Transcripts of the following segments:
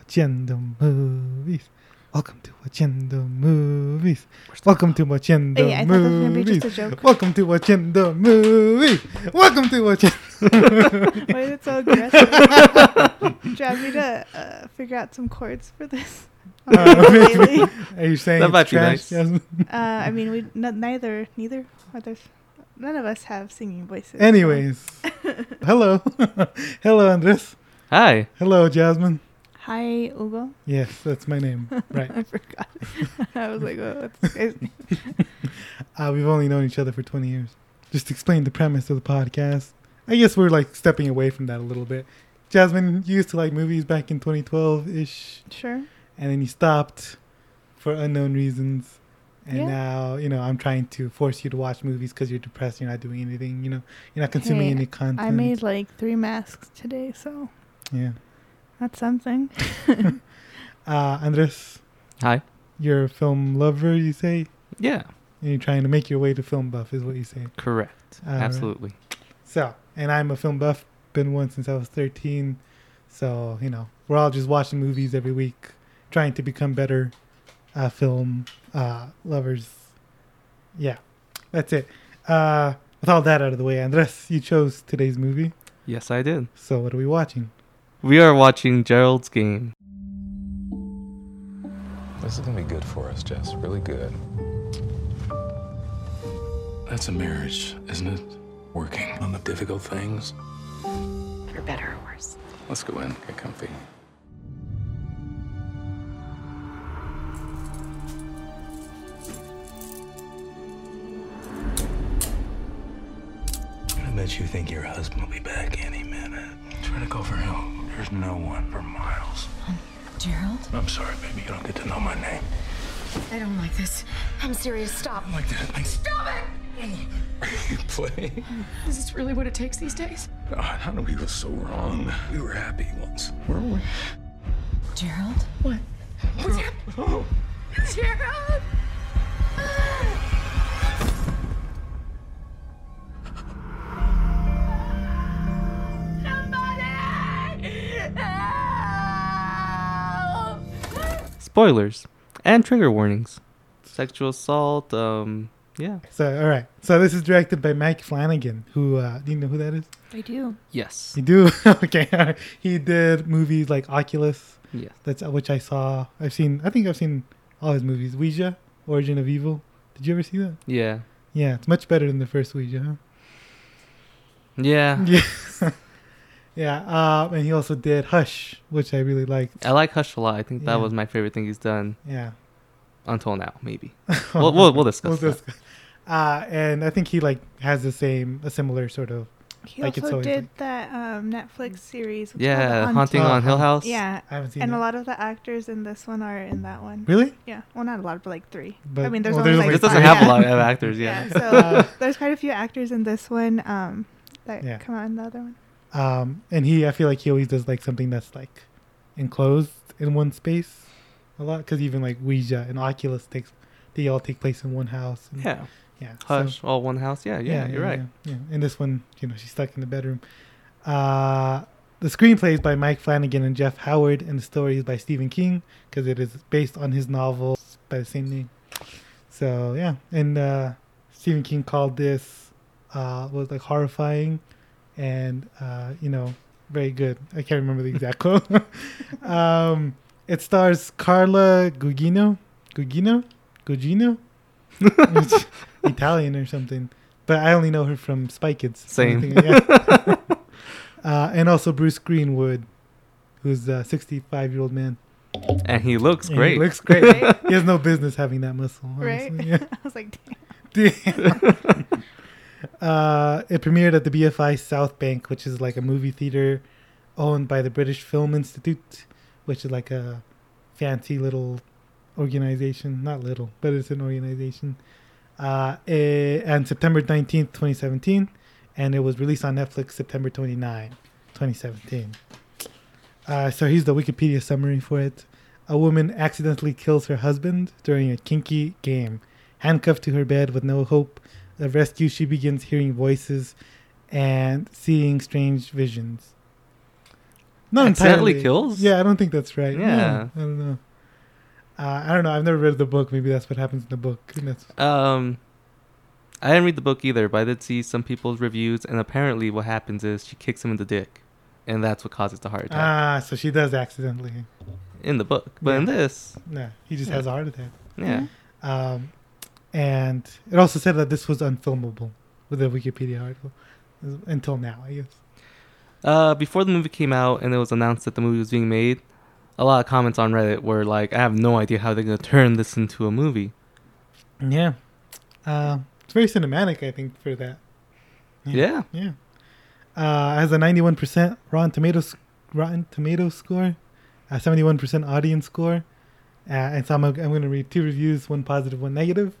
Agenda Movies. Welcome to Agenda Movies. Welcome to Agenda Yeah, I thought that was gonna be Movies. just a joke. Welcome to Agenda Movies. Welcome to Agenda. Why is it so aggressive? Drives me to uh, figure out some chords for this. on Uh, the ukulele. Are you saying Oh, That it's might be trash? nice. Yes. uh, I mean, we n- neither, neither, others, none of us have singing voices. so- Anyways, hello, hello, Andres. Hi. Hello, Jasmine. Hi, Ugo. Yes, that's my name. Right. I forgot. I was like, oh, that's crazy. Uh, we've only known each other for 20 years. Just explain the premise of the podcast. I guess we're like stepping away from that a little bit. Jasmine, you used to like movies back in 2012 ish, Sure. and then you stopped for unknown reasons. And Yeah. now, you know, I'm trying to force you to watch movies because you're depressed. You're not doing anything. You know, you're not consuming Hey, any content. I made like three masks today, so yeah. that's something. Uh, Andres, Hi. you're a film lover, you say? Yeah. And you're trying to make your way to film buff, is what you say. Correct. All right. Absolutely. So, and I'm a film buff, been one since I was 13. So, you know, we're all just watching movies every week, trying to become better uh, film uh, lovers. Yeah, that's it. Uh, with all that out of the way, Andres, you chose today's movie. Yes, I did. So, what are we watching? We are watching Gerald's Game. This is gonna be good for us, Jess. Really good. That's a marriage, isn't it? Working on the difficult things. for better or worse. Let's go in, get comfy. I bet you think your husband will be back any minute. Try to go for him. There's no one for miles. Gerald? I'm sorry, baby. You don't get to know my name. I don't like this. I'm serious. Stop. Like that. Like, Stop it! Are you playing? Is this really what it takes these days? God, how do we go so wrong? We were happy once, weren't we? Gerald? What? What's happening? Oh, Gerald! Ah! Spoilers and trigger warnings. Sexual assault. Um. Yeah. So, all right. So, this is directed by Mike Flanagan, who, uh, do you know who that is? I do. Yes. You do? okay. all right. He did movies like Oculus, Yes. that's uh, which I saw. I've seen, I think I've seen all his movies. Ouija, Origin of Evil. Did you ever see that? Yeah. Yeah, it's much better than the first Ouija. Huh? Yeah. Ah. Yeah, yeah. Um, and he also did Hush, which I really liked. I like Hush a lot. I think that Yeah. was my favorite thing he's done Yeah, until now. Maybe. We'll we'll, we'll discuss. We'll that. discuss- Uh, and I think he like has the same, a similar sort of. He Like it's also always did that um, Netflix series. what's it called? Yeah. Haunting- Haunting Uh, on Hill House. Yeah, I haven't seen and it. a lot of the actors in this one are in that one. Really? Yeah, well, not a lot, but like three. I But- mean, there's well, only there's like only This three. doesn't five. have a Yeah. lot of actors. Yeah. Yeah, Uh, so there's quite a few actors in this one um, that Yeah. come out in the other one. Um, and he, I feel like he always does like something that's like enclosed in one space a lot, because even like Ouija and Oculus takes, they all take place in one house. And, Yeah. yeah. so- Hush. all one house. Yeah. Yeah. you're right. Yeah, yeah. And this one, you know, she's stuck in the bedroom. Uh, the screenplay is by Mike Flanagan and Jeff Howard, and the story is by Stephen King because it is based on his novel by the same name. So yeah, and uh, Stephen King called this uh, was like horrifying, and uh, you know, very good. I can't remember the exact quote. um, it stars Carla Gugino, Gugino, Gugino, It's Italian or something. But I only know her from Spy Kids. Same. Yeah. uh, and also Bruce Greenwood, who's a 65 year old man. And he looks And great. He looks great. he has no business having that muscle. Right? honestly. Yeah. I was like, damn. Damn. uh, it premiered at the BFI South Bank, which is like a movie theater owned by the British Film Institute, which is like a fancy little organization. Not little, but it's an organization. Uh, eh, and September 19th, 2017. And it was released on Netflix September 29, 2017. Uh, so here's the Wikipedia summary for it. A woman accidentally kills her husband during a kinky game. Handcuffed to her bed with no hope of rescue, she begins hearing voices and seeing strange visions. Not Accidentally entirely. kills? Yeah, I don't think that's right. No, Yeah. I don't know. Uh, I don't know. I've never read the book. Maybe that's what happens in the book. And that's- Um, I didn't read the book either, but I did see some people's reviews, and apparently, what happens is she kicks him in the dick, and that's what causes the heart attack ah, so she does accidentally. in the book. But in yeah. this, No, he just Yeah. has a heart attack. yeah, Um, and it also said that this was unfilmable with the Wikipedia article until now, I guess. uh, before the movie came out and it was announced that the movie was being made, a lot of comments on Reddit were like, "I have no idea how they're gonna turn this into a movie." Yeah. Uh, it's very cinematic, I think, for that. Yeah, Yeah. Uh, has a 91% Rotten Tomatoes Rotten Tomato score, a 71% audience score. Uh, and so I'm, I'm going to read two reviews, one positive, one negative.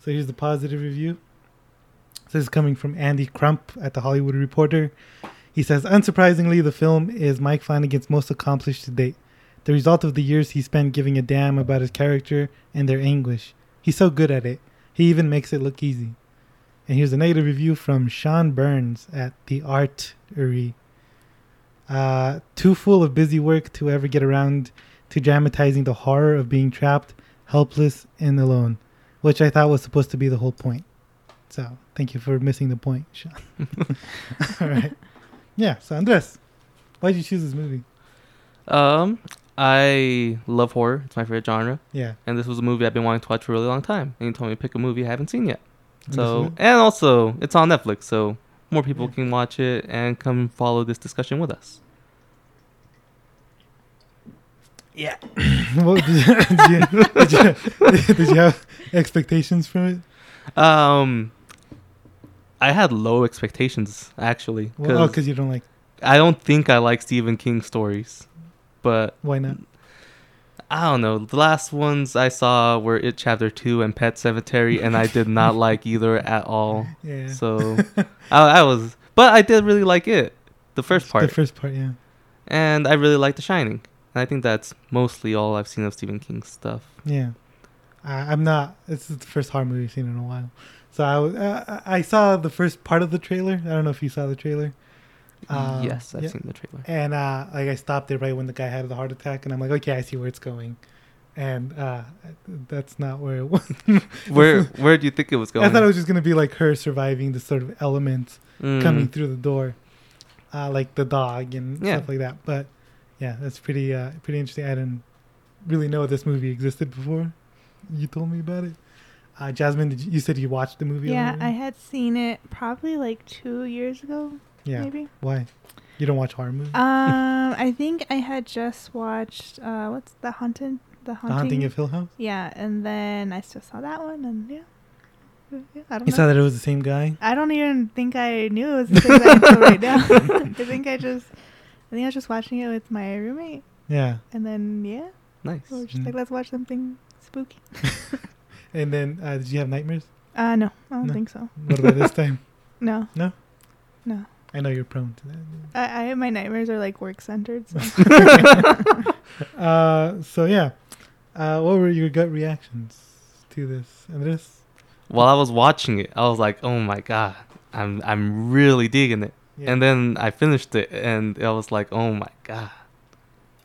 So here's the positive review. So this is coming from Andy Crump at The Hollywood Reporter. He says, Unsurprisingly, the film is Mike Flanagan's most accomplished to date. The result of the years he spent giving a damn about his character and their anguish. He's so good at it. He even makes it look easy. And here's a negative review from Sean Burns at The Artery. Uh, too full of busy work to ever get around to dramatizing the horror of being trapped, helpless, and alone, which I thought was supposed to be the whole point. So thank you for missing the point, Sean. All right. Yeah, so Andres, why'd you choose this movie? um, I love horror; it's my favorite genre, Yeah. and this was a movie I've been wanting to watch for a really long time. And you told me to pick a movie I haven't seen yet. and this So one? and also it's on Netflix, so more people Yeah. can watch it and come follow this discussion with us. What- did, you, did, you, did you have expectations from it? Um, I had low expectations actually because Well, oh, because you don't like. I don't think I like Stephen King stories, but Why not? I don't know. The last ones I saw were It Chapter Two and Pet Cemetery, and I did not like either at all. Yeah. So I, I was, but I did really like it, the first part, The first part, yeah. and I really liked The Shining. And I think that's mostly all I've seen of Stephen King's stuff. Yeah, I, I'm not. This is the first horror movie I've seen in a while. So I, was- uh, I I saw the first part of the trailer. I don't know if you saw the trailer. Uh, yes, I've yeah. seen the trailer. And uh, like I stopped it right when the guy had the heart attack, and I'm like, okay, I see where it's going. And uh, that's not where it was. Where where do you think it was going? I thought it was just gonna be like her surviving the sort of elements Mm. coming through the door, uh, like the dog and Yeah. stuff like that. But yeah, that's pretty uh, pretty interesting. I didn't really know this movie existed before you told me about it. Uh, Jasmine, did you, you said you watched the movie? Yeah, already? I had seen it probably like two years ago, yeah. maybe. Why? You don't watch horror movies? Um, I think I had just watched uh, what's the haunted, the the haunting. Haunting of Hill House. yeah, and then I still saw that one, and yeah, Yeah, I don't You know. saw that it was the same guy. I don't even think I knew it was the same guy until right now. I think I just, I think I was just watching it with my roommate, Yeah, and then yeah, nice. we were just Mm. like, let's watch something spooky. and then uh, did you have nightmares? Uh, no, I don't No. think so. What about this time? No. No? No. I know you're prone to that. I, I my nightmares are like work centered. So. Uh, so yeah, uh, what were your gut reactions to this? And this, While I was watching it, I was like, "Oh my god, I'm I'm really digging it." Yeah. And then I finished it, and I was like, "Oh my god,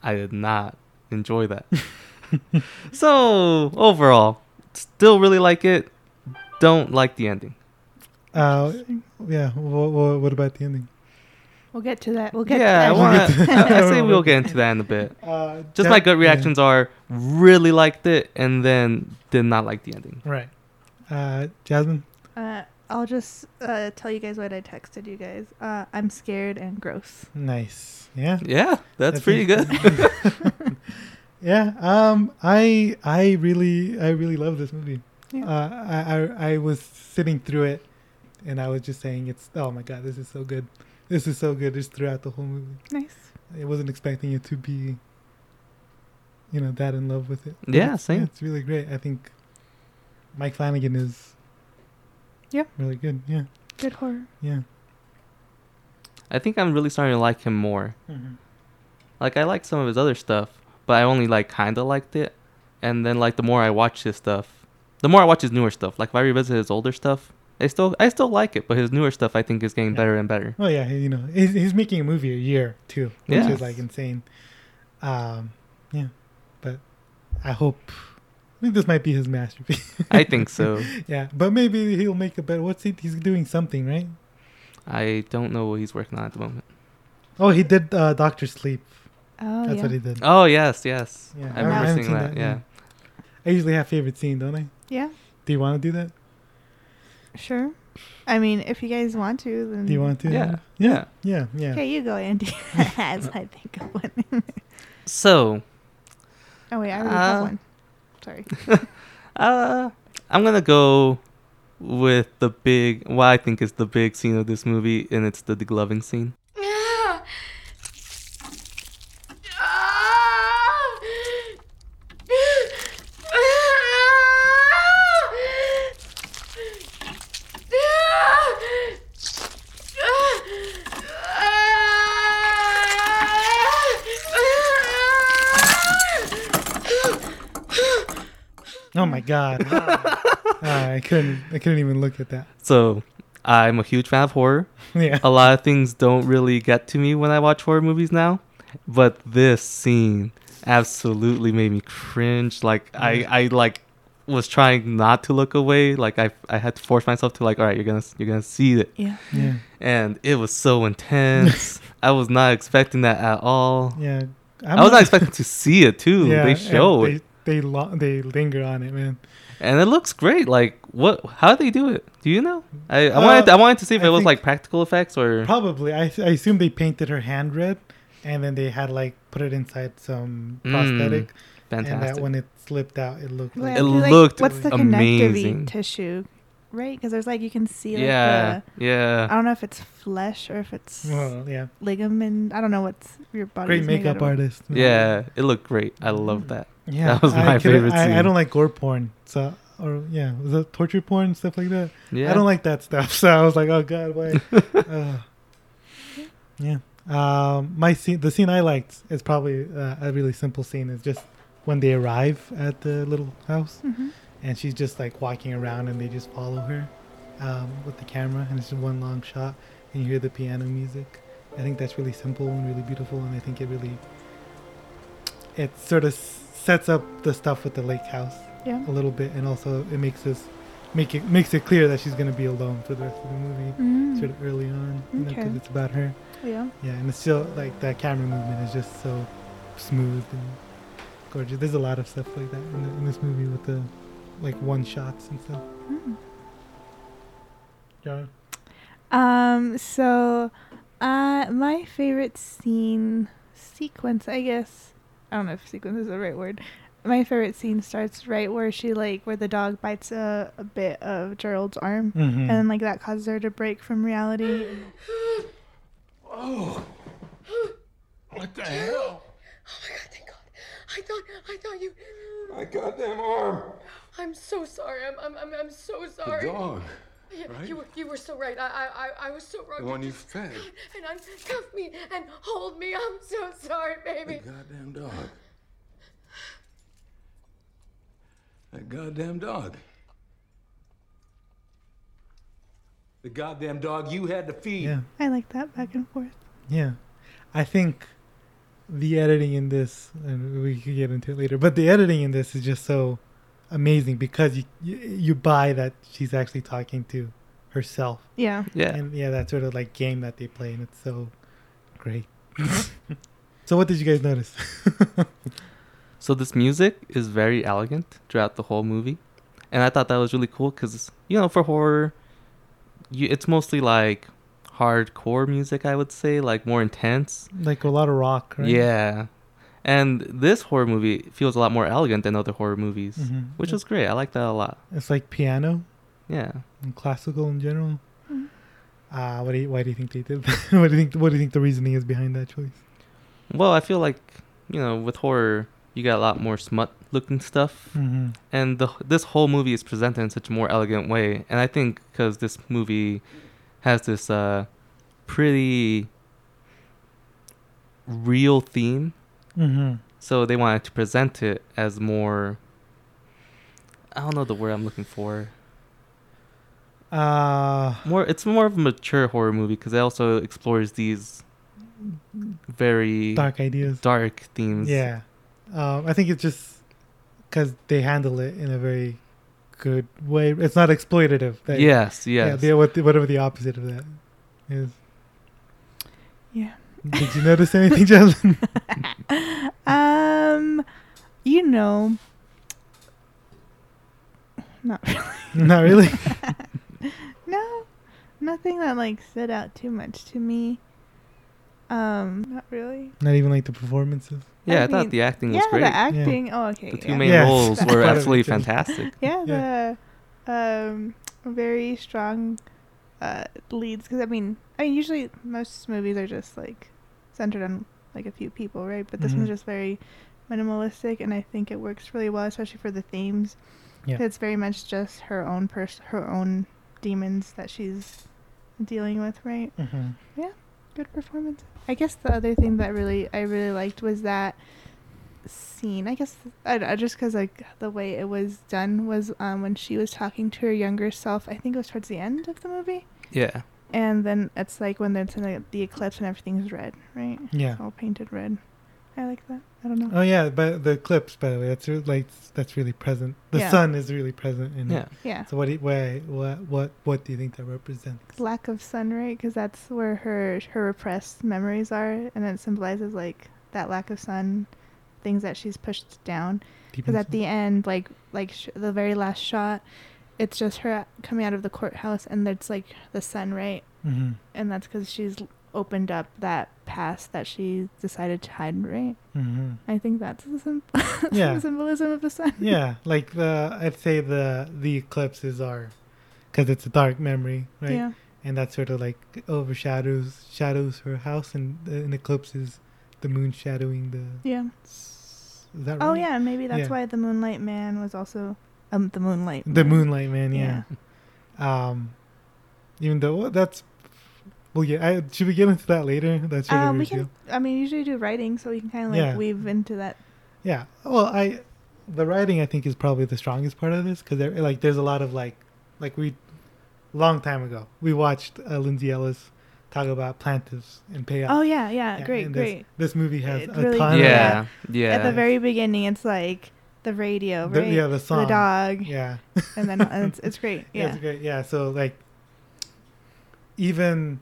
I did not enjoy that." so overall, still really like it. Don't like the ending. uh, yeah. What, what, what about the ending? We'll get to that. We'll get yeah, I to that. want. one. I, I say we'll get into that in a bit. Uh, Just my gut reactions are really liked it, and then did not like the ending. Right. Uh, Jasmine. Uh, I'll just uh, tell you guys what I texted you guys. Uh, I'm scared and gross. Nice. Yeah. Yeah, That's that's pretty good. Yeah. Um. I. I really. I really love this movie. Yeah. Uh. I, I. I was sitting through it, and I was just saying, "It's. Oh my god, this is so good. This is so good." Just throughout the whole movie. Nice. I wasn't expecting it to be, you know, that in love with it. But Yeah, it's- same. it's really great. I think Mike Flanagan is. Yeah. Really good. Yeah. Good horror. Yeah. I think I'm really starting to like him more. Like I like some of his other stuff, but I only like kind of liked it. And then like the more I watch his stuff, the more I watch his newer stuff. Like if I revisit his older stuff, I still I still like it, but his newer stuff I think is getting better and better. Oh yeah, you know he's, he's making a movie a year too, which Yeah. is like insane. Um, yeah, but I hope I think this might be his masterpiece. I think so. yeah, but maybe he'll make a better. What's he? He's doing something, right? I don't know what he's working on at the moment. Oh, he did uh, Doctor Sleep. Oh That's yeah. what he did. Oh yes, yes. Yeah, I I remember haven't seeing seen that. that, Yeah. I usually have favorite scene, don't I? yeah. Do you want to do that? Sure. I mean, if you guys want to, then Do you want to? Yeah. Yeah. Yeah. Yeah. Okay, you go, Andy. As I think of one. So oh wait, I already have Uh, one. Sorry. uh, I'm gonna go with the big what I think is the big scene of this movie, and it's the degloving scene. Ah! Ah! Ah! Ah! Oh my god. Uh, I couldn't. I couldn't even look at that. So I'm a huge fan of horror. Yeah. a lot of things don't really get to me when I watch horror movies now, but this scene absolutely made me cringe. Like I, I like was trying not to look away. Like I, I had to force myself to like, all right, you're gonna, you're gonna see it, Yeah. Yeah. and it was so intense. I was not expecting that at all. Yeah. I'm I was not expecting to see it too. they and show They it, they, lo- they linger on it, man. and it looks great. Like what? How do they do it? Do you know? I, I Uh, wanted, to, I wanted to see if I it was think- like practical effects or. Probably. I, I assume they painted her hand red, and then they had like put it inside some Mm, prosthetic, and that Fantastic. when it slipped out, it looked Well, like I feel looked What's the amazing. connective tissue, right? Because there's like you can see like yeah, the, yeah. I don't know if it's flesh or if it's Well, yeah. ligament. I don't know what's your body. Great makeup artist. Yeah, it looked great. I Mm. love that. Yeah. That was I my couldn't- favorite I, I scene. don't like gore porn, so or yeah, the torture porn stuff like that. Yeah, I don't like that stuff. So I was like, oh god, why? uh, yeah. Um, my scene, the scene I liked is probably uh, a really simple scene. Is just when they arrive at the little house, Mm-hmm. and she's just like walking around, and they just follow her um, with the camera, and it's just one long shot, and you hear the piano music. I think that's really simple and really beautiful, and I think it really it sort of s- sets up the stuff with the lake house Yeah. a little bit, and also it makes us make it makes it clear that she's gonna be alone for the rest of the movie, Mm. sort of early on, you know, 'cause Okay. it's about her. Mm-hmm. Yeah. Yeah, and it's still like that camera movement is just so smooth and gorgeous. There's a lot of stuff like that in, the, in this movie with the like one shots and stuff. Mm. Yeah. Um. So, uh, my favorite scene sequence, I guess. I don't know if sequence is the right word. My favorite scene starts right where she like where the dog bites a, a bit of Gerald's arm, Hmm. Mm-hmm. and like that causes her to break from reality. Oh. What the hell? Oh my god, thank God. I thought I thought you My goddamn arm. I'm so sorry. I'm I'm I'm, I'm so The sorry. dog. Yeah, right? You were you were so right. I I I, I was so wrong. The one you fed. And uncuff me and hold me. I'm so sorry, The baby. goddamn dog. That goddamn dog. The goddamn dog you had to feed. Yeah. I like that back and forth. Yeah, I think the editing in this, and we could get into it later, but the editing in this is just so amazing because you you, you buy that she's actually talking to herself, Yeah. yeah. and yeah, that sort of like game that they play, and it's so great. so, what did you guys notice? So this music is very elegant throughout the whole movie, and I thought that was really cool because you know for horror, you, it's mostly like hardcore music. I would say like more intense. like a lot of rock, right? Yeah, and this horror movie feels a lot more elegant than other horror movies, Mhm. which is great. I like that a lot. it's like piano Yeah. and classical in general. Uh, what do you, why do you think they did that? what do you think? What do you think the reasoning is behind that choice? Well, I feel like you know with horror you got a lot more smut looking stuff. Mm-hmm. and the this whole movie is presented in such a more elegant way and i think because this movie has this uh pretty real theme Mm-hmm. so they wanted to present it as more i don't know the word i'm looking for Uh, More, it's more of a mature horror movie because it also explores these very dark, dark ideas. themes. Yeah, um, I think it's just because they handle it in a very good way. It's not exploitative. They- yes. yeah. Yes. they- what- whatever the opposite of that is. Yeah. Did you notice anything, Jasmine? Um, you know, not really. not really. No, nothing that like stood out too much to me. Um, not really. Not even like the performances. yeah. I, I thought mean, the acting Yeah, was Hmm, great. the acting. Oh, okay. the two yeah. main Yes. roles Part were of it absolutely too. fantastic. yeah, the um very strong uh leads because I mean, I mean usually most movies are just like centered on like a few people, right? But this Mhm. one's just very minimalistic, and I think it works really well, especially for the themes. Yeah. It's very much just her own pers- her own demons that she's dealing with, right? Mm-hmm. good performance. I guess the other thing that really I really liked was that scene. I guess I, I just because like the way it was done was um, when she was talking to her younger self. I think it was towards the end of the movie, Yeah. and then it's like when there's like, the eclipse and everything's red, right? Yeah. It's all painted red. I like that. I don't know. Oh yeah, but the clips, by the way, that's re- like that's really present. The Yeah. sun is really present in Yeah. it. yeah, So what, do you- why, what, what, what do you think that represents? lack of sun, right? Because that's where her her repressed memories are, and then it symbolizes like that lack of sun, things that she's pushed down. Deep Because at inside? the end, like like sh- the very last shot, it's just her coming out of the courthouse, and it's like the sun, right? Mhm. And that's because she's l- opened up that past that she decided to hide, right? Mhm. I think that's the, sym- Yeah. the symbolism of the sun. yeah, like the I'd say the the eclipses are because it's a dark memory, right? Yeah. And that sort of like overshadows shadows her house, and an eclipse is the moon shadowing the. Yeah. Is that right? Oh yeah, and maybe that's Yeah. why the Moonlight Man was also um the Moonlight. The Man. moonlight man, yeah. Um, even though that's. Well, yeah. I, should we get into that later? That's really Um, we can. I mean, usually do writing, so we can kind of like Yeah. weave into that. Yeah. Well, I the writing I think is probably the strongest part of this because there like there's a lot of like like we long time ago we watched uh, Lindsay Ellis talk about plaintiffs and payoffs. Oh yeah, yeah, Yeah, great, and this- great. This movie has It a really- ton Yeah. of Yeah. Yeah. At the very beginning, it's like the radio, The- right? yeah, the song. dog, yeah. and then and it's, it's great. Yeah, Yeah, it's great. Yeah, so like even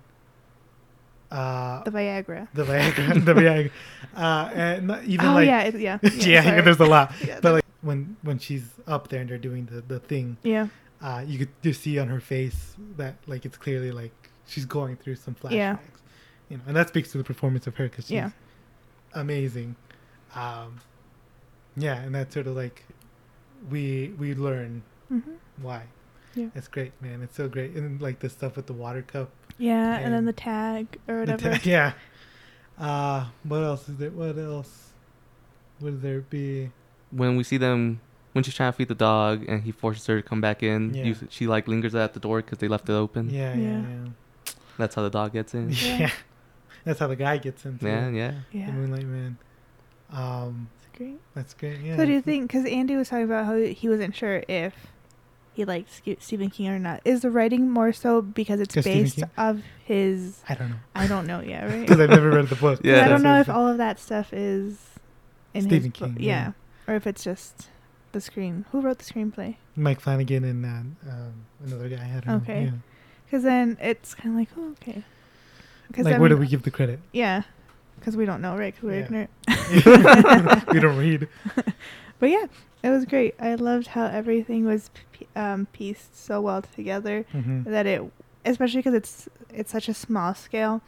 uh the Viagra. the Viagra, the Viagra, uh, and not- even oh like yeah, it, yeah, yeah, sorry. there's a lot, Yeah, but like when when she's up there and they're doing the the thing, yeah, uh, you could just see on her face that like it's clearly like she's going through some flashbacks. Yeah. You know, and that speaks to the performance of her because she's Yeah. amazing. Um, yeah, and that's sort of like we we learn Mhm. why. Yeah. It's great, man. It's so great, and like the stuff with the water cup. yeah, and then And- the tag or the whatever. ta- yeah. Uh, what else is there? What else would there be? when we see them when she's trying to feed the dog and he forces her to come back in Yeah. you, she like lingers at the door because they left it open Yeah, yeah, Yeah. yeah. that's how the dog gets in Yeah. Yeah. That's how the guy gets into it. yeah yeah The yeah, Moonlight Man. Um, it's great. that's great. Yeah. So do you think? Because Andy was talking about how he wasn't sure if he liked Ske- Stephen King or not. Is the writing more so because it's 'Cause Stephen based King- of his? I don't know I don't know yet, right? because I've never read the book. Yeah. I don't That's know what if I'm all of that stuff is in Stephen his book. King, yeah. Yeah. or if it's just the screen. Who wrote the screenplay? saying. Mike Flanagan and uh, um, another guy. I don't Okay. know. Because then it's kind of like, oh, okay. Yeah. Because Like, where do we give the credit? Yeah, because we don't know, right? 'Cause we're Yeah. ignorant. we don't read. But yeah, it was great. I loved how everything was p- um, pieced so well together hmm that it, especially because it's it's such a small scale,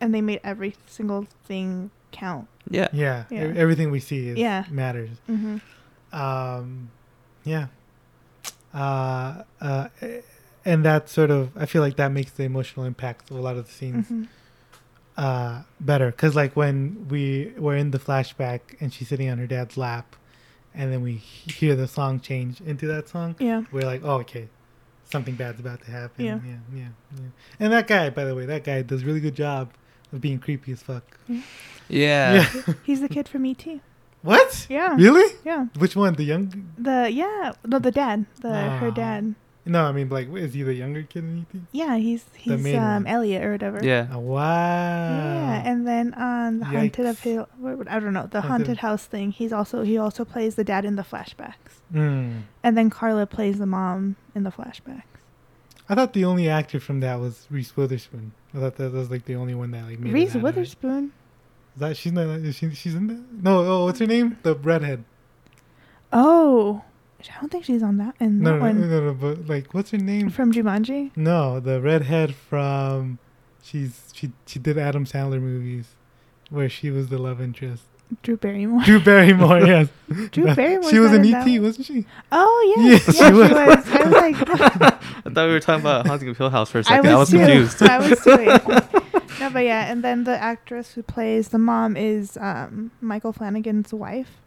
and they made every single thing count. yeah Yeah. e- Yeah. everything we see is, Yeah. matters. Mm-hmm. Um, yeah. Uh, uh, eh, and that sort of, I feel like that makes the emotional impact of a lot of the scenes hmm uh better because like when we were in the flashback and she's sitting on her dad's lap and then we he- hear the song change into that song Yeah. we're like oh okay something bad's about to happen Yeah. yeah yeah, yeah. and that guy by the way that guy does a really good job of being creepy as fuck yeah, He's the kid from E.T. what Yeah. really Yeah. which one the young The yeah, no, the dad, the her Ah. dad. No, I mean like, is he the younger kid E or anything? Yeah, he's he's main um one. Elliot or whatever. Yeah. Oh, wow. Yeah, and then on the haunted of Ah. Yikes. Hill, what- I don't know the Haunted- haunted house thing. He's also he also plays the dad in the flashbacks, Mm. and then Carla plays the mom in the flashbacks. I thought the only actor from that was Reese Witherspoon. I thought that was like the only one that like made it Reese out of it. Witherspoon. Is that she's not is she, she's in that? No, oh, what's her name? The redhead. Oh, I don't think she's on that in No, that no, one no, no, no, but like what's her name? from Jumanji. No, the redhead from she's she she did Adam Sandler movies where she was the love interest. Drew Barrymore. Drew Barrymore, yes. Drew Barrymore. she was in that ET, one. wasn't she? Oh yes, Yes, yeah, she she was. was. I was like, I thought we were talking about Haunting of Hill House for a I second. I was, too. confused. I was too. No, but yeah, and then the actress who plays the mom is um, Michael Flanagan's wife.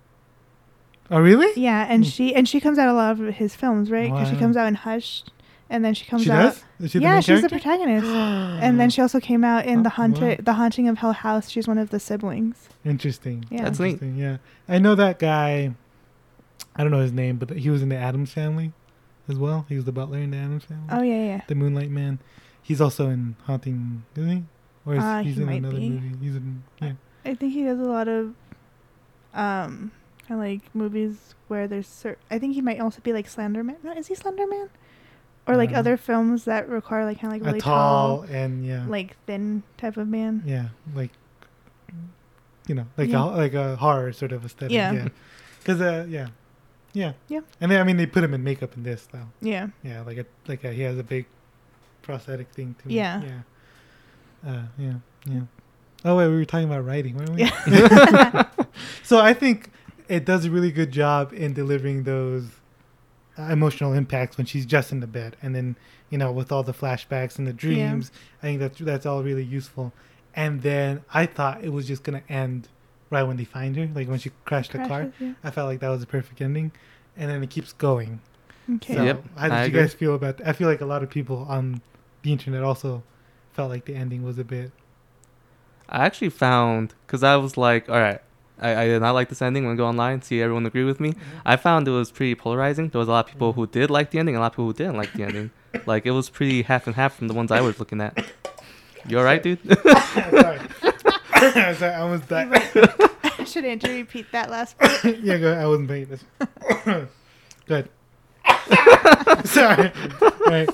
Oh, really? Yeah, and Hmm. she and she comes out a lot of his films, right? 'Cause she Wow. comes out in Hush, and then she comes she out. does? Is she the yeah, main she's character? the protagonist. and then she also came out in Oh, the wow. haunted, the haunting of Hill House. She's one of the siblings. Interesting. Yeah. That's neat. Interesting, Yeah, I know that guy. I don't know his name, but he was in the Adams Family, as well. He was the butler in the Adams Family. Oh yeah, yeah. The Moonlight Man. He's also in Haunting, isn't he? Or is Uh, he's he in might another be. Uh, movie? He's in. Yeah. I think he does a lot of, um, kind of like movies where there's. Cer- I think he might also be like Slenderman. No, is he Slenderman? Or like Uh, other films that require like kind of like really a tall, tall, and yeah, like thin type of man. yeah, like you know, like a Yeah. like a horror sort of aesthetic. Yeah. Yeah. Because uh, yeah, yeah, Yeah. And then I mean, they put him in makeup in this though. Yeah. Yeah, like a like a, he has a big prosthetic thing too. Yeah. Yeah. Uh, yeah. Yeah. Oh wait, we were talking about writing, weren't we? Yeah. so I think it does a really good job in delivering those uh, emotional impacts when she's just in the bed, and then you know with all the flashbacks and the dreams, I think that's that's all really useful. And then I thought it was just gonna end right when they find her, like when she crashed the car. Crashes, yeah. I felt like that was a perfect ending, and then it keeps going. Okay. So, Yep, how did I you agree. guys feel about that? I feel like a lot of people on the internet also felt like the ending was a bit. I actually found because I was like, all right, I, I did not like this ending. I'm gonna go online see everyone agree with me. I found it was pretty polarizing. There was a lot of people who did like the ending, and a lot of people who didn't like the ending. like it was pretty half and half from the ones I was looking at. You all right, dude? Sorry. Sorry, I was that. Should Andrew repeat that last part? yeah, go ahead. I wasn't paying this. Good. Sorry. Right.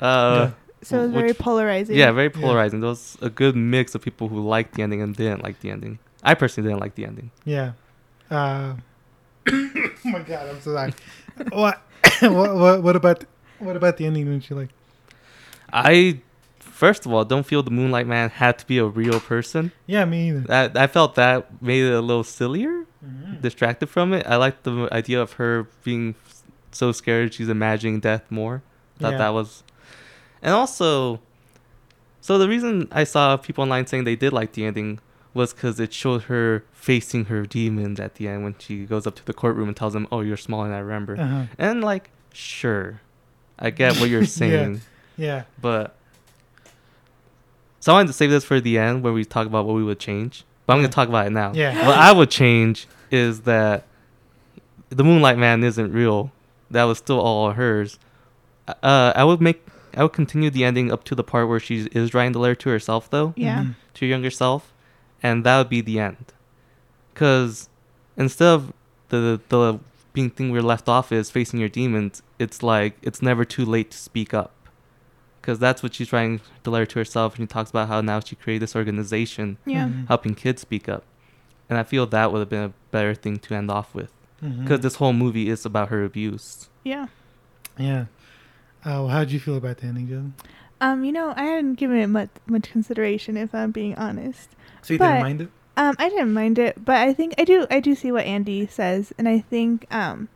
Uh, So it was Which- very polarizing. yeah, very Yeah. polarizing. There was a good mix of people who liked the ending and didn't like the ending. I personally didn't like the ending. Yeah. Uh, oh my god, I'm so sorry. what? what? What? What about? What about the ending? Didn't you like? I, first of all, don't feel the Moonlight Man had to be a real person. Yeah, me either. I, I felt that made it a little sillier, Mhm. distracted from it. I liked the idea of her being so scared she's imagining death more. Thought Yeah. that was, and also, so the reason I saw people online saying they did like the ending was because it showed her facing her demons at the end when she goes up to the courtroom and tells them, "Oh, you're smaller than I remember," Uh-huh. and like, sure, I get what you're Yeah. saying Yeah. but so I wanted to save this for the end where we talk about what we would change. But I'm gonna talk about it now. Yeah. What I would change is that the Moonlight Man isn't real. That was still all hers. Uh, I would make I would continue the ending up to the part where she is writing the letter to herself though Yeah. Mhm. to your younger self, and that would be the end. Because instead of the the being thing we're left off is facing your demons, it's like it's never too late to speak up. Because that's what she's trying to letter to herself, and she talks about how now she created this organization Yeah. Mhm. Mm-hmm. helping kids speak up, and I feel that would have been a better thing to end off with. Mhm. Because this whole movie is about her abuse. Yeah. Yeah. Uh, well, how'd you feel about the ending, Joe? Um, you know, I hadn't given it much much consideration if I'm being honest. So you But- didn't mind it? Um, I didn't mind it, but I think I do I do see what Andy says, and I think um,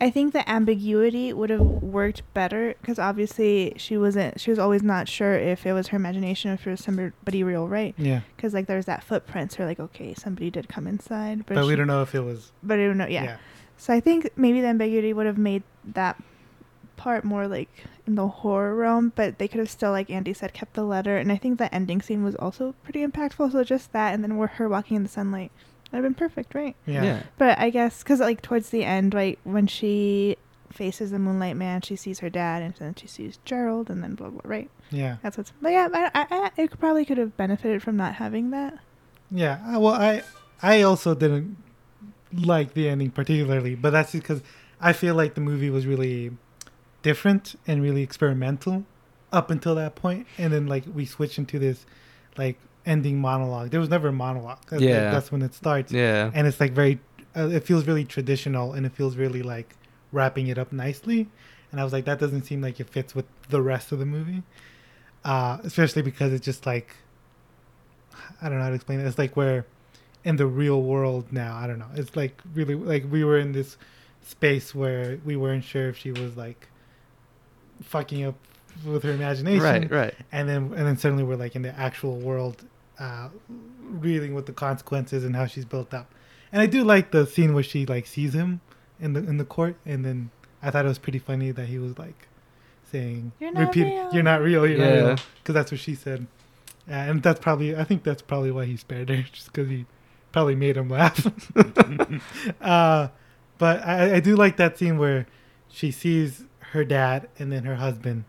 I think the ambiguity would have worked better because obviously she wasn't she was always not sure if it was her imagination or if it was somebody real, right? Yeah. Because like there was that footprints, so like okay, somebody did come inside, but, But we she- don't know if it was. but I don't know, yeah. So I think maybe the ambiguity would have made that part more like in the horror realm, but they could have still, like Andy said, kept the letter. And I think the ending scene was also pretty impactful. So just that, and then were her walking in the sunlight, would have been perfect, right? Yeah. Yeah. But I guess because like towards the end, like when she faces the Moonlight Man. She sees her dad, and then she sees Gerald, and then blah blah. Right. Yeah. That's what's. But yeah, I, I, I it probably could have benefited from not having that. Yeah. I- Well, I I also didn't like the ending particularly, but that's because I feel like the movie was really different and really experimental up until that point, and then like we switch into this like ending monologue. There was never a monologue. That's, like, Yeah. that's when it starts. Yeah. and it's like very uh, it feels really traditional and it feels really like wrapping it up nicely and i was like that doesn't seem like it fits with the rest of the movie uh especially because it's just like i don't know how to explain it it's like we're in the real world now i don't know it's like really like we were in this space where we weren't sure if she was like fucking up with her imagination Right, right. and then and then suddenly we're like in the actual world uh reeling with the consequences and how she's built up and i do like the scene where she like sees him in the in the court and then i thought it was pretty funny that he was like saying You're not repeat real. you're not real you're not Yeah. real because that's what she said uh, and that's probably i think that's probably why he spared her just because he probably made him laugh uh but I, I do like that scene where she sees her dad and then her husband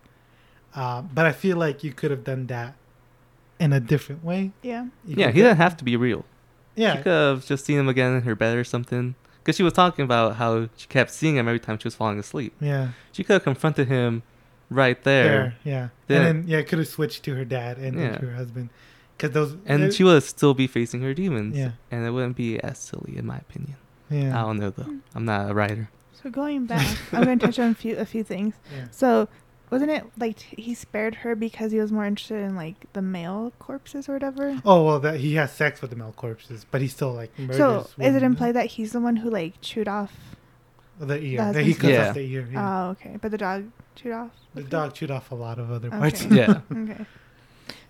uh, but I feel like you could have done that in a different way. Yeah. You Yeah, could- he didn't have to be real. She Yeah, could have just seen him again in her bed or something. Because she was talking about how she kept seeing him every time she was falling asleep. yeah, She could have confronted him right there. there, yeah. There. And then yeah, it could have switched to her dad and then Yeah. to her husband, because those And it- she would still be facing her demons. Yeah. And it wouldn't be as silly, in my opinion. I yeah, don't know, though. I'm not a writer. So going back, I'm going to touch on a few a few things. yeah, So wasn't it like he spared her because he was more interested in like the male corpses or whatever? Oh well, that he has sex with the male corpses, but he still like Oh, murders. so is it women. implied that he's the one who like chewed off? the ear? the that he husband's- cuts Yeah. off the ear. Yeah. Oh, okay. But the dog chewed off. the dog chewed off a lot of other Okay. parts. Yeah. Okay.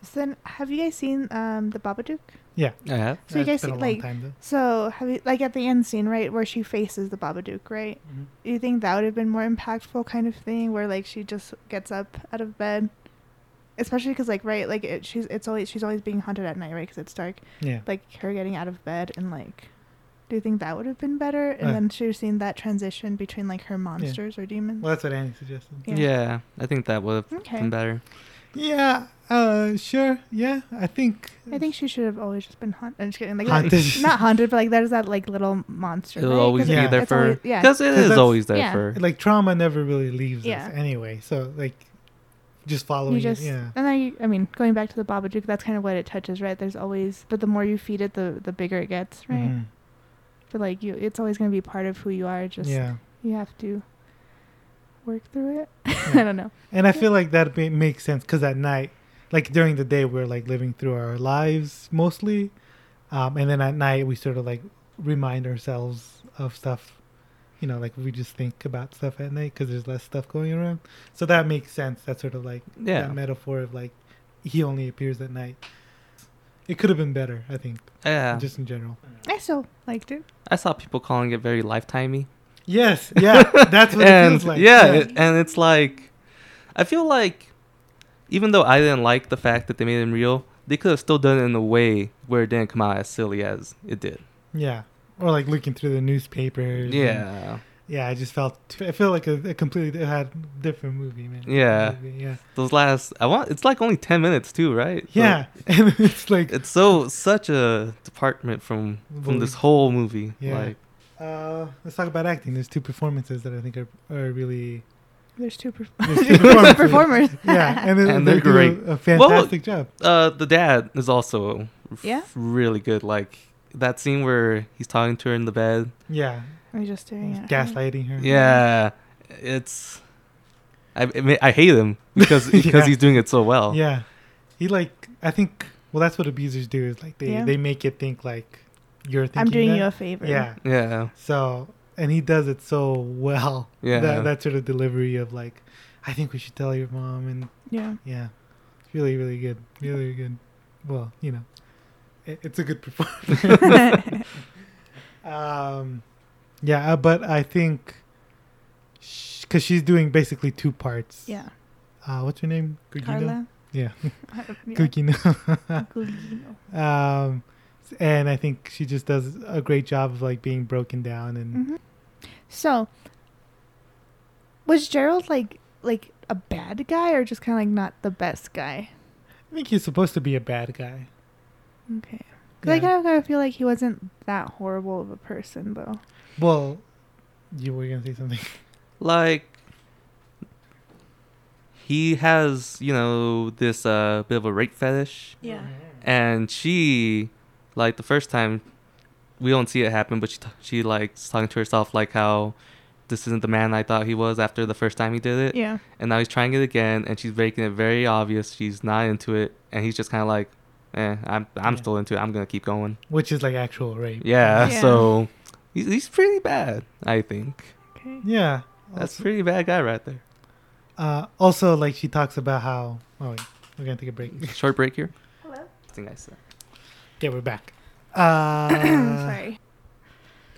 So then, have you guys seen um the Babadook? I have. So you It's guys been see, a long like time, though. so have you like at the end scene right where she faces the Babadook right? Mhm. Do you think that would have been more impactful kind of thing where like she just gets up out of bed? Especially because like right like it, she's it's always she's always being haunted at night right because it's dark Yeah, like her getting out of bed and like do you think that would have been better and Uh. then she was seeing that transition between like her monsters or demons well, that's what Annie suggested. Yeah. Yeah. I think that would have Okay. been better. Yeah, uh, sure. Yeah, I think. i think she should have always just been haunted i'm just kidding like Haunted. not haunted but like there's that like little monster It'll right? 'Cause always it- Yeah. be there it's for always- her. yeah 'Cause it Because is that's- always there Yeah. for her. like trauma never really leaves Yeah. us anyway. So like, just following you just it. Yeah. and I I mean going back to the Babadook that's kind of what it touches right there's always but the more you feed it the the bigger it gets right Mhm. but like you it's always going to be part of who you are just Yeah. you have to work through it I don't know And I feel like that be, makes sense because at night, like during the day, we're like living through our lives mostly, um, and then at night we sort of like remind ourselves of stuff. You know, like we just think about stuff at night because there's less stuff going around. So that makes sense. That sort of like Yeah. that metaphor of like he only appears at night. It could have been better, I think, Yeah. just in general. I still liked it I saw people calling it very lifetimey. Yes, yeah, that's what it and feels like. yeah, it- and it's like, I feel like, even though I didn't like the fact that they made him real, they could have still done it in a way where it didn't come out as silly as it did. Yeah. Or like looking through the newspapers. and- Yeah, yeah, I just felt I feel like a, a completely it had different movie, man. Yeah. Movie, yeah. those last I want. It's like only ten minutes too, right? So Yeah. And it's like it's so such a department from from this Movie. whole movie. Yeah. Like uh let's talk about acting. There's two performances that I think are, are really there's two per- there's two performances. performers Yeah, and, And they they're do a- great. A, fantastic job. uh, the dad is also f- Yeah? really good. Like that scene where he's talking to her in the bed. Yeah, We're just doing it. gaslighting her. Yeah, it's. I I mean, I hate him because Yeah. because he's doing it so well. yeah. He like I think well that's what abusers do is like they Yeah. they make it think like you're thinking. I'm doing that. you a favor. Yeah. yeah, So, and he does it so well. Yeah. That, that sort of delivery of like, I think we should tell your mom. And Yeah. yeah, it's really, really good. Really good. Well, you know, it, it's a good performance. um, yeah, uh, but I think because she's doing basically two parts. Yeah. Uh, what's her name? Gugino? Carla. Yeah. yeah. Gugino. Gugino. um, s- and I think she just does Mm-hmm. a great job of like being broken down and So, Was Gerald like like a bad guy or just kind of like not the best guy? I think he's supposed to be a bad guy. Okay. 'Cause I Yeah. kind of kinda feel like he wasn't that horrible of a person though. Well, you were gonna say something. like he has you know this uh bit of a rape fetish Yeah. and she like the first time we don't see it happen but she t- she likes talking to herself like how this isn't the man i thought he was after the first time he did it Yeah. and now he's trying it again and she's making it very obvious she's not into it and he's just kind of like eh, i'm i'm Yeah. still into it i'm gonna keep going Which is like actual rape. yeah, Yeah. so he's, he's pretty bad i think Okay. Yeah. that's Also- pretty bad guy right there Uh, also, like she talks about how. Oh, wait, we're gonna take a break. short break here Hello? I think I said. Okay, we're back. Uh, Sorry.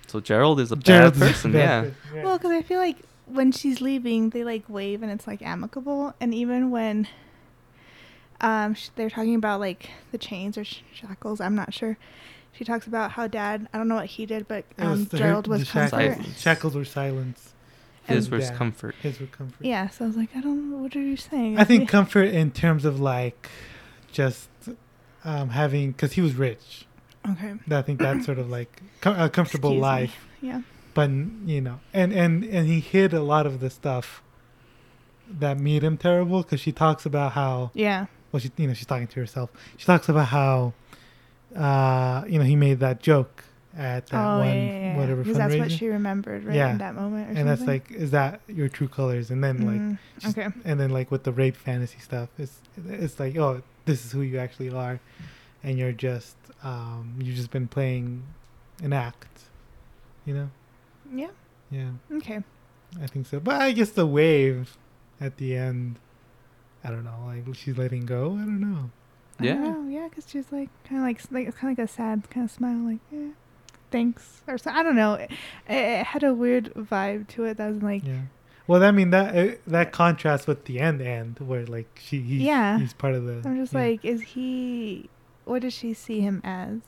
So Gerald is a Gerald's bad person, bad yeah. person, yeah. Well, because I feel like when she's leaving, they like wave and it's like amicable. And even when um, sh- they're talking about like the chains or sh- shackles, I'm not sure. She talks about how dad, I don't know what he did, but It was um, the- Gerald was the shackles, comfort. Silence. shackles were silence. His And was bad. comfort. His were comfort. Yeah, so I was like, I don't know, what are you saying? I think comfort in terms of like just um, having, because he was rich. Okay. I think that's sort of like com- a comfortable Excuse me. life. Yeah. but you know and and and he hid a lot of the stuff that made him terrible because she talks about how Yeah. well she you know she's talking to herself she talks about how uh you know he made that joke at that oh, one yeah, yeah, yeah. whatever Because that's what fundraiser. she remembered, right? Yeah. In that moment or and that's something? like is that your true colors and then like Mm, she's- okay. and then like with the rape fantasy stuff it's it's like oh this is who you actually are and you're just um you've just been playing an act you know Yeah. yeah Okay. I think so. But I guess the wave at the end, I don't know, like she's letting go. I don't know. I don't Yeah. know, yeah, because she's like kind of like s- like kind of like a sad kind of smile, like eh, thanks or so. I don't know. It, it, it had a weird vibe to it that was like Yeah. Well, I mean that uh, that contrasts with the end end where like she he's, Yeah. he's part of the. I'm just yeah. like, is he? What does she see him as?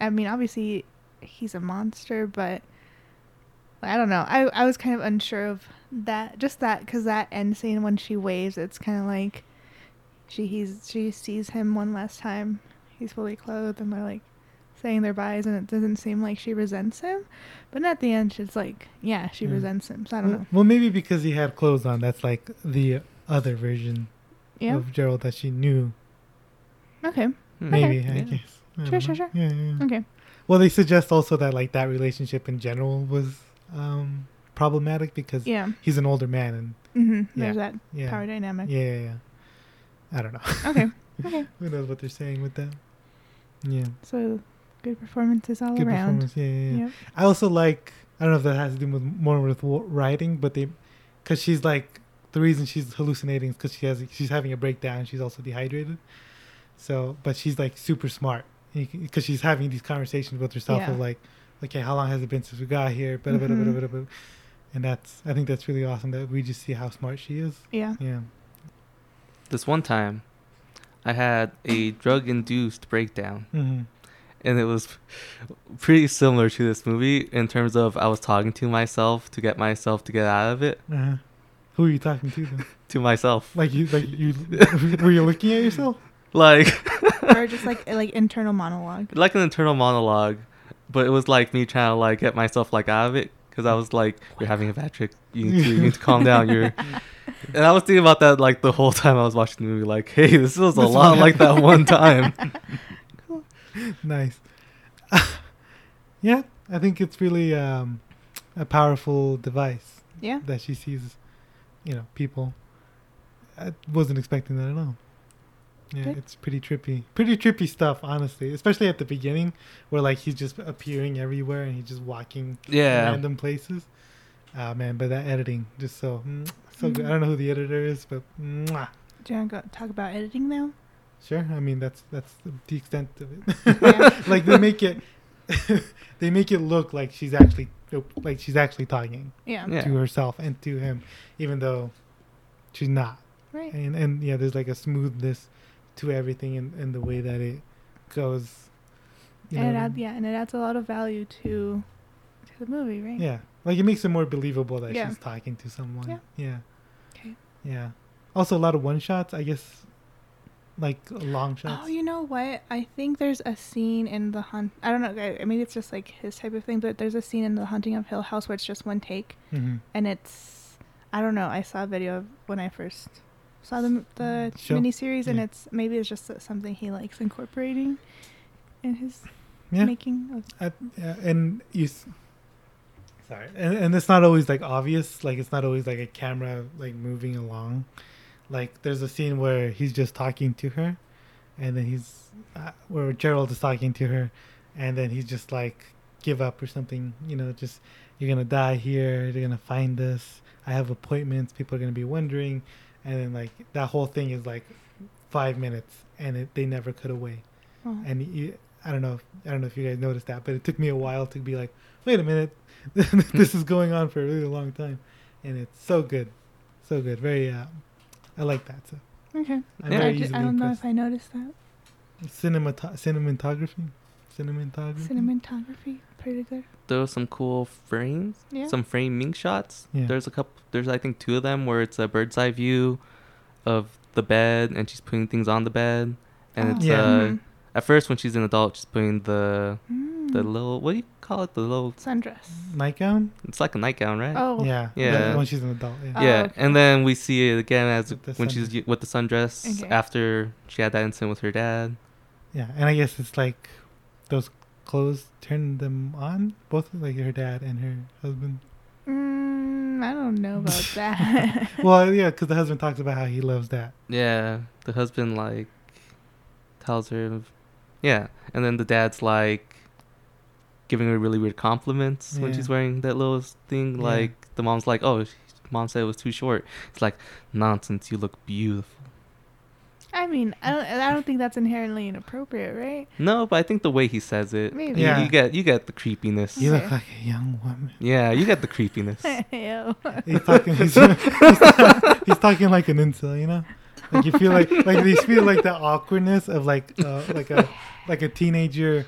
I mean, obviously he's a monster, but I don't know. I I was kind of unsure of that, just that, because that end scene when she waves, it's kind of like she he's she sees him one last time. He's fully clothed, and they're like saying their byes, and it doesn't seem like she resents him. But then at the end, she's like, yeah, she Yeah. resents him. So I don't Well, know. well, maybe because he had clothes on. That's like the other version Yeah. of Gerald that she knew. Okay. Hmm. Maybe I Yeah. guess. I Sure, don't sure, know. sure. Mm. Yeah, yeah. yeah. Okay. Well, they suggest also that like that relationship in general was um problematic because Yeah. he's an older man and Mm-hmm. Yeah. There's that yeah, power yeah, dynamic. yeah, yeah. I don't know. Okay. Okay. Who knows what they're saying with that? Yeah, So good performances all good around. performance. Yeah, yeah, yeah. Yep. I also like. I don't know if that has to do with more with wa- writing, but they, because she's like the reason she's hallucinating is because she has she's having a breakdown. She's also dehydrated, so but she's like super smart because she's having these conversations with herself Yeah. of like, okay, how long has it been since we got here? Blah, blah, blah, blah, Mhm. blah, blah. And that's I think that's really awesome that we just see how smart she is. Yeah. Yeah. This one time, I had a drug-induced breakdown, Mm-hmm. and it was pretty similar to this movie in terms of I was talking to myself to get myself to get out of it Uh-huh. Who are you talking to? Then? to myself. Like you, like you, were you looking at yourself? Like or just like like internal monologue. like an internal monologue, but it was like me trying to like get myself like out of it because I was like, "You're having a bad trip. You need to, you need to calm down. You're." And I was thinking about that like the whole time I was watching the movie. Like, hey, this was a This lot one- like that one time. nice. yeah, I think it's really um, a powerful device Yeah. that she sees, you know, people. I wasn't expecting that at all. Yeah, Good. it's pretty trippy. Pretty trippy stuff, honestly. Especially at the beginning where like he's just appearing everywhere and he's just walking Yeah, random places. Ah man, but that editing just so mm, so Mm-hmm. good. I don't know who the editor is, but mm, mwah. Do you want to go talk about editing now? Sure. I mean, that's that's the- the extent of Yeah. it. like they make it, they make it look like she's actually like she's actually talking Yeah. Yeah. to herself and to him, even though she's not. Right. And and yeah, there's like a smoothness to everything and and the way that it goes. you and it know, adds yeah, and it adds a lot of value to to the movie, right? yeah. Like it makes it more believable that Yeah. she's talking to someone. Yeah. Yeah. Okay. Yeah. Also, a lot of one shots. I guess, like long shots. Oh, you know what? I think there's a scene in the hunt. I don't know. I- I mean, it's just like his type of thing, but there's a scene in the Haunting of Hill House where it's just one take, hmm and it's I don't know. I saw a video of when I first saw the the Mm, Sure. miniseries, and Yeah. it's maybe it's just something he likes incorporating in his Yeah. making of I, yeah, and you. s- Sorry, and, and it's not always like obvious. Like it's not always like a camera like moving along. Like there's a scene where he's just talking to her, and then he's uh, where Gerald is talking to her, and then he's just like give up or something. You know, just you're gonna die here. They're gonna find us. I have appointments. People are gonna be wondering, and then like that whole thing is like five minutes, and it, they never cut away oh, and you, I don't know, if, I don't know if you guys noticed that, but it took me a while to be like, wait a minute, Hmm. this is going on for a really long time, and it's so good, so good, very. Uh, I like that. So okay. I'm Yeah. I, very ju- easily I don't know impressed. if I noticed that Cinemata- cinematography, cinematography, cinematography pretty good. There was some cool frames, Yeah. some framing shots. Yeah. There's a couple. There's I think two of them where it's a bird's eye view of the bed, and she's putting things on the bed, and Oh. it's Yeah. uh, Mhm. at first when she's an adult, she's putting the the Mm. little what do you call it? The little sundress. nightgown. it's like a nightgown, right? Oh, Mm-hmm. Yeah, Yeah. When she's an adult, yeah. Oh, yeah, okay. and then we see it again as With the when she's y- with the sundress Okay. after she had that incident with her dad. yeah, and I guess it's like those clothes turn them on, both like her dad and her husband. Mm, I don't know about that. Well, yeah, because the husband talks about how he loves that. Yeah, the husband like tells her, of- yeah, and then the dad's like giving her really weird compliments when Yeah. she's wearing that little s- thing. Yeah. Like the mom's like, "Oh, she- mom said it was too short." It's like nonsense. You look beautiful. I mean, I don't, I don't think that's inherently inappropriate, right? No, but I think the way he says it, you- Maybe. Yeah. you get you get the creepiness. You look Okay. like a young woman. Yeah, you get the creepiness. Ew. He's talking. He's, he's, he's talking like an incel, you know. Like you feel like like they feel like the awkwardness of like uh, like a like a teenager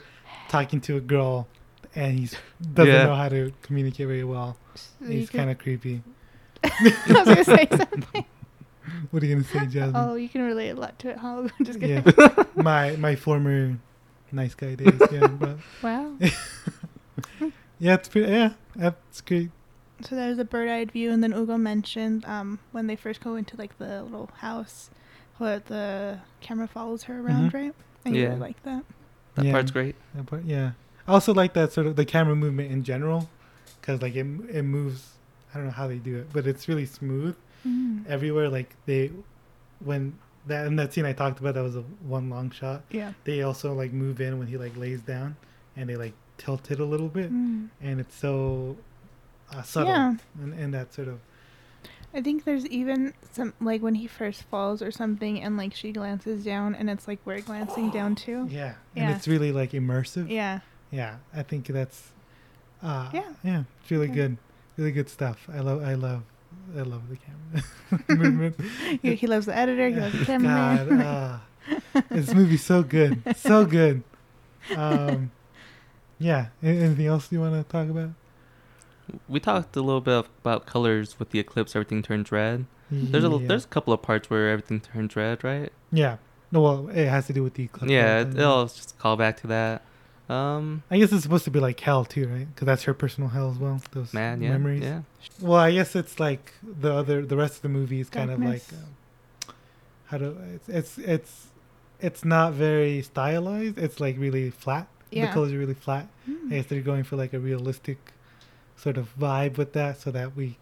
talking to a girl, and he's doesn't Yeah. know how to communicate very well. So you He's can- kind of creepy. I was gonna say something. What are you gonna say, Jasmine? Oh, you can relate a lot to it, Hollow. Just kidding. yeah, my my former nice guy days. Yeah, but Wow. yeah, it's pretty. Yeah, that's great. So there's a bird-eyed view, and then Ugo mentioned um, when they first go into like the little house, where the camera follows her around, Mhm. right? And you Yeah. really like that. That yeah. part's great. That part, yeah. I also like that sort of the camera movement in general, because like it it moves. I don't know how they do it, but it's really smooth. Mm. everywhere like they when that in that scene i talked about that was a one long shot Yeah. they also like move in when he like lays down and they like tilt it a little bit Mm. and it's so uh, subtle Yeah. and, and that sort of I think there's even some like when he first falls or something, and like she glances down, and it's like we're glancing down too. yeah and Oh. Yeah. it's really like immersive yeah, Yeah. i think that's uh yeah Yeah. yeah it's really Yeah. good really good stuff i love i love i love the camera movement He, he loves the editor. He loves the cameraman. God, ah. this movie's so good, so good. Um, yeah. a- Anything else you want to talk about? We talked a little bit about colors with the eclipse. Everything turns red. There's a yeah. there's a couple of parts where everything turns red, right? yeah. No, well, it has to do with the eclipse. yeah, right? it, it'll just call back to that. Um, I guess it's supposed to be like hell too, right? Because that's her personal hell as well. Those man, yeah, memories. yeah, Well, I guess it's like the other, the rest of the movie is kind Darkness. of like um, how do it's it's it's it's not very stylized. It's like really flat. The Yeah. colors are really flat. Mm. I guess they're going for like a realistic sort of vibe with that, so that we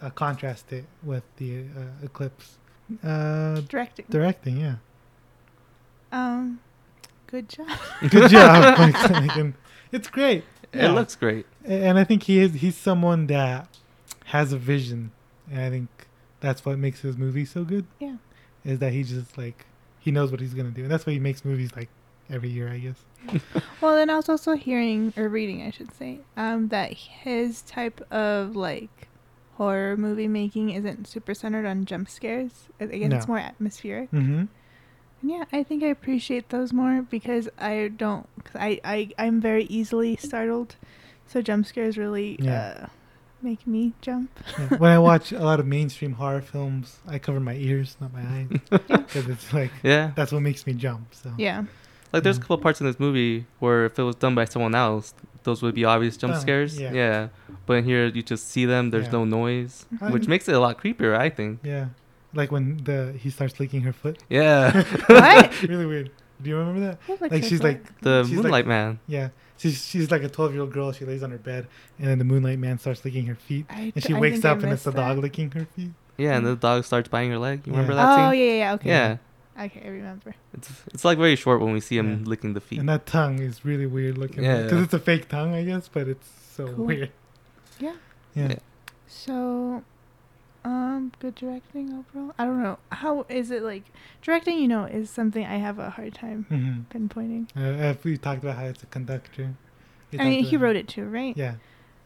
uh, contrast it with the uh, eclipse. Uh, Directing. directing, yeah. Um, good job. Good job, Mike Flanagan. It's great, Yeah. It looks great. A- and I think he is he's someone that has a vision, and I think that's what makes his movie so good. Yeah. is that he just like he knows what he's gonna do, and that's why he makes movies like every year, I guess. Well, then I was also hearing or reading, I should say, um, that his type of like horror movie making isn't super centered on jump scares. I guess No. it's more atmospheric. Mm-hmm. And yeah, I think I appreciate those more because I don't. Cause I I I'm very easily startled So jump scares really Yeah. uh, make me jump. Yeah. When I watch a lot of mainstream horror films, I cover my ears, not my eyes, because it's like Yeah. that's what makes me jump. So Yeah. Like there's a Yeah. couple parts in this movie where if it was done by someone else, those would be obvious jump Oh, scares. yeah. Yeah. But in here you just see them, there's Yeah. no noise. I- Which makes it a lot creepier, I think. yeah, like when the he starts licking her foot, Yeah. What? really weird. Do you remember that? That looks Like she's what- like the She's like- Moonlight Man. yeah, she's she's like a twelve year old girl. She lays on her bed, and then the moonlight man starts licking her feet, I, and d- she I wakes think I up and it's the missed dog that. licking her feet. Yeah, and the dog starts biting her leg. You remember Mm. Yeah. that Oh scene? yeah, yeah, yeah. Okay. Yeah. Okay, I remember. It's it's like very short when we see him Yeah. licking the feet. And that tongue is really weird looking. Yeah. Because it's a fake tongue, I guess, but it's so Cool. weird. Yeah. Yeah. Yeah. So, um, good directing overall. I don't know how is it like directing. You know, is something I have a hard time hmm pinpointing. Uh, uh, we talked about how it's a conductor. I mean, he wrote it too, right? Yeah.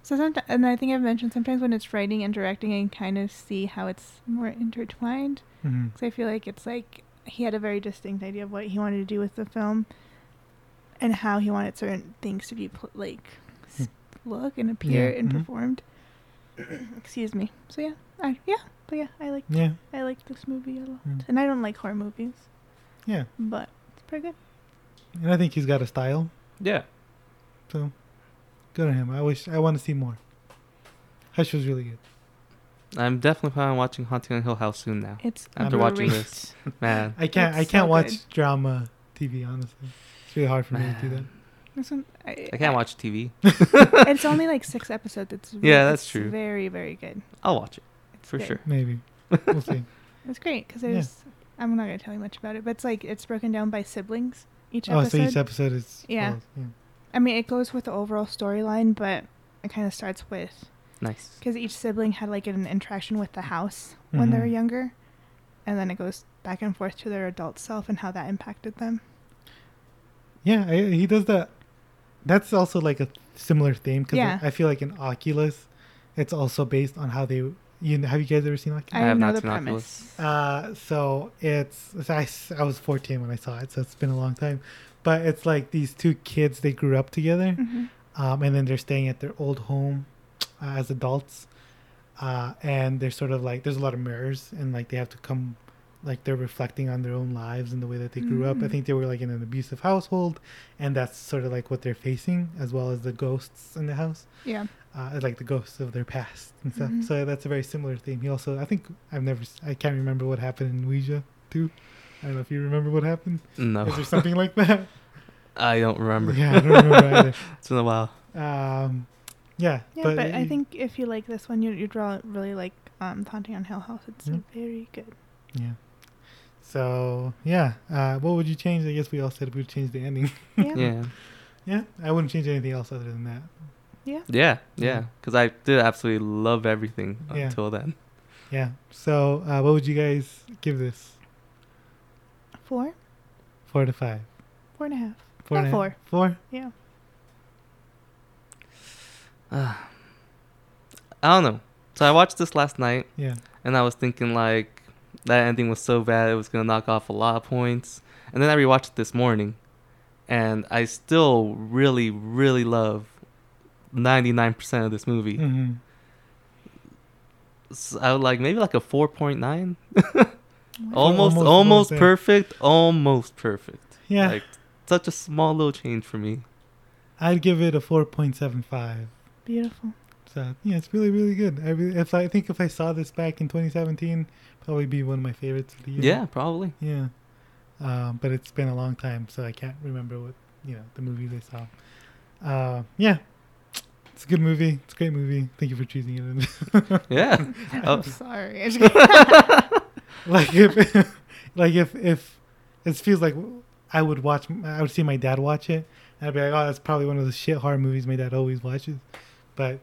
So sometimes, and I think I've mentioned sometimes when it's writing and directing, I can kind of see how it's more intertwined. hmm Because I feel like it's like he had a very distinct idea of what he wanted to do with the film, and how he wanted certain things to be pl- like s- look and appear Hmm. Yeah, and mhm. performed. Excuse me. So yeah, I yeah, but yeah, I like Yeah. I like this movie a lot, Mm. and I don't like horror movies, Yeah. but it's pretty good. And I think he's got a style. Yeah. So good on him. I wish, I want to see more. Hush was really good. I'm definitely planning on watching Haunting on Hill House soon now. It's After watching this. Man. I can't, I It's so can't watch good. drama TV, honestly. It's really hard for me to do that. This one, I, I can't watch TV. It's only like six episodes. It's Yeah, that's it's true. Very very good. I'll watch it. It's For good. sure. Maybe. We'll see. It's great because Yeah. there's. I'm not gonna tell you much about it, but it's like it's broken down by siblings. Each oh, episode. so each episode is. Yeah. yeah. I mean, it goes with the overall storyline, but it kind of starts with Nice. because each sibling had like an interaction with the house when they were Mhm. younger, and then it goes back and forth to their adult self and how that impacted them. Yeah, I, he does that. That's also like a similar theme because Yeah. I feel like in Oculus, it's also based on how they. You know, have you guys ever seen Oculus? I, I have know not the seen Oculus. premise. Uh, so it's so I, s- I was 14 when I saw it, so it's been a long time, but it's like these two kids they grew up together, Mhm. um, and then they're staying at their old home uh, as adults, uh, and they're sort of like there's a lot of mirrors and like they have to come, like they're reflecting on their own lives and the way that they grew up. I Mm. think they were like in an abusive household, and that's sort of like what they're facing as well as the ghosts in the house Yeah. uh, as, like the ghosts of their past and stuff. Mhm. So that's a very similar theme. He also, I think, I've never, s- I can't remember what happened in Ouija too. I don't know if you remember what happened. Is No. there something like that? I don't Oh. remember. Yeah, I don't remember It's been a while. either. Um, yeah, Yeah, but, I you- think if you like this one, you you draw really like um, Haunting on Hill House. It's Mm. very good. yeah. So yeah, uh, what would you change? I guess we all said we would change the ending. Yeah. Yeah. yeah, I wouldn't change anything else other than that. Yeah. Yeah. Yeah. Because I did absolutely love everything Yeah. until then. Yeah. So uh, what would you guys give this? Four, Four to five. four and a half. Four Not and a half- Four. Yeah. I don't know. So I watched this last night Yeah. and I was thinking like that ending was so bad it was gonna knock off a lot of points. And then I rewatched it this morning, and I still really really love. 99% of this movie. Mm-hmm. So I would like maybe like a 4.9. Wow. Almost almost almost, there. perfect, almost perfect. Yeah. Like such a small little change for me. I'd give it a four point seven five. Beautiful. So yeah, it's really really good. I really, if I think if I saw this back in 2017, probably be one of my favorites of the year. Yeah, probably. Yeah. Um, but it's been a long time, so I can't remember what you know the movies I saw. Uh, yeah, it's a good movie. It's a great movie. Thank you for choosing it. Yeah. I'm Oh. sorry. like if like if if it feels like I would watch, I would see my dad watch it, and I'd be like, oh, that's probably one of those shit horror movies my dad always watches. But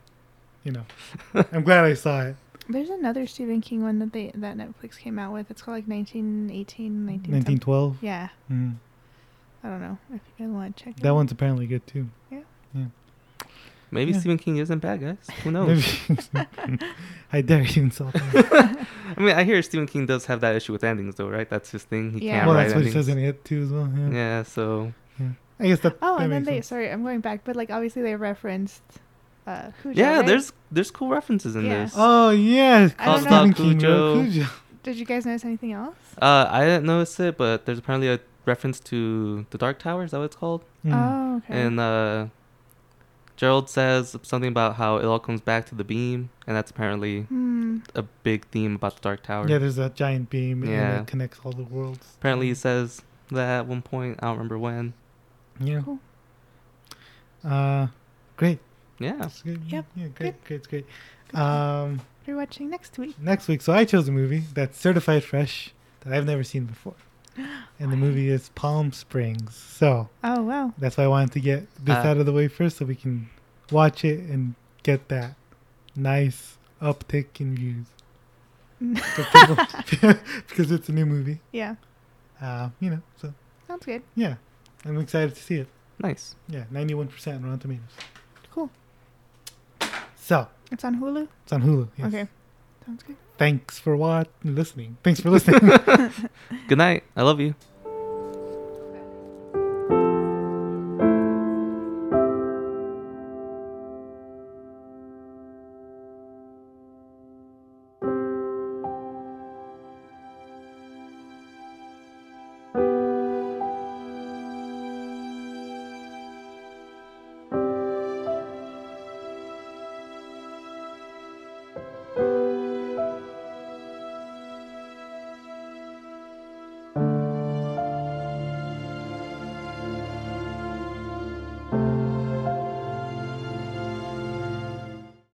you know, I'm glad I saw it. There's another Stephen King one that they that Netflix came out with. It's called like 1918, 19. 1912. Yeah, Mm. I don't know if you guys want to check it That out. one's apparently good too. Maybe Yeah. Stephen King isn't bad, guys. Who knows? Maybe- I dare you insult me. I mean, I hear Stephen King does have that issue with endings, though, right? That's his thing. He Yeah. can't well, write that's what he endings. says in it too as well. Yeah. yeah, so I guess that. Oh, that and then makes they sense. sorry, I'm going back, but like obviously they referenced uh, Cujo. yeah, right? there's there's cool references in Yeah. this. Uh, Oh yeah, I don't Stephen know. King wrote Cujo. Cujo. Did you guys notice anything else? Uh, I didn't notice it, but there's apparently a reference to the Dark Tower. Is that what it's called? Mm. Oh, okay. And uh, Gerald says something about how it all comes back to the beam, and that's apparently hmm. a big theme about the Dark Tower. Yeah, there's that giant beam and Yeah. it connects all the worlds. apparently, he says that at one point. I don't remember when. Yeah. Cool. Uh, great. Yeah. That's good. Yep. Yeah, great, great, great. Um, We're watching next week. next week, so I chose a movie that's certified fresh that I've never seen before, and the movie is Palm Springs. So Oh wow. that's why I wanted to get this Uh, out of the way first, so we can watch it and get that nice uptick in views. So people- because it's a new movie, Yeah. uh, you know. So Sounds good. yeah, I'm excited to see it. Nice. Yeah, 91% on Rotten Tomatoes. Cool. So It's on Hulu. it's on Hulu. yes. Okay. Sounds good. Thanks for what listening. Thanks for listening. Good night. I love you.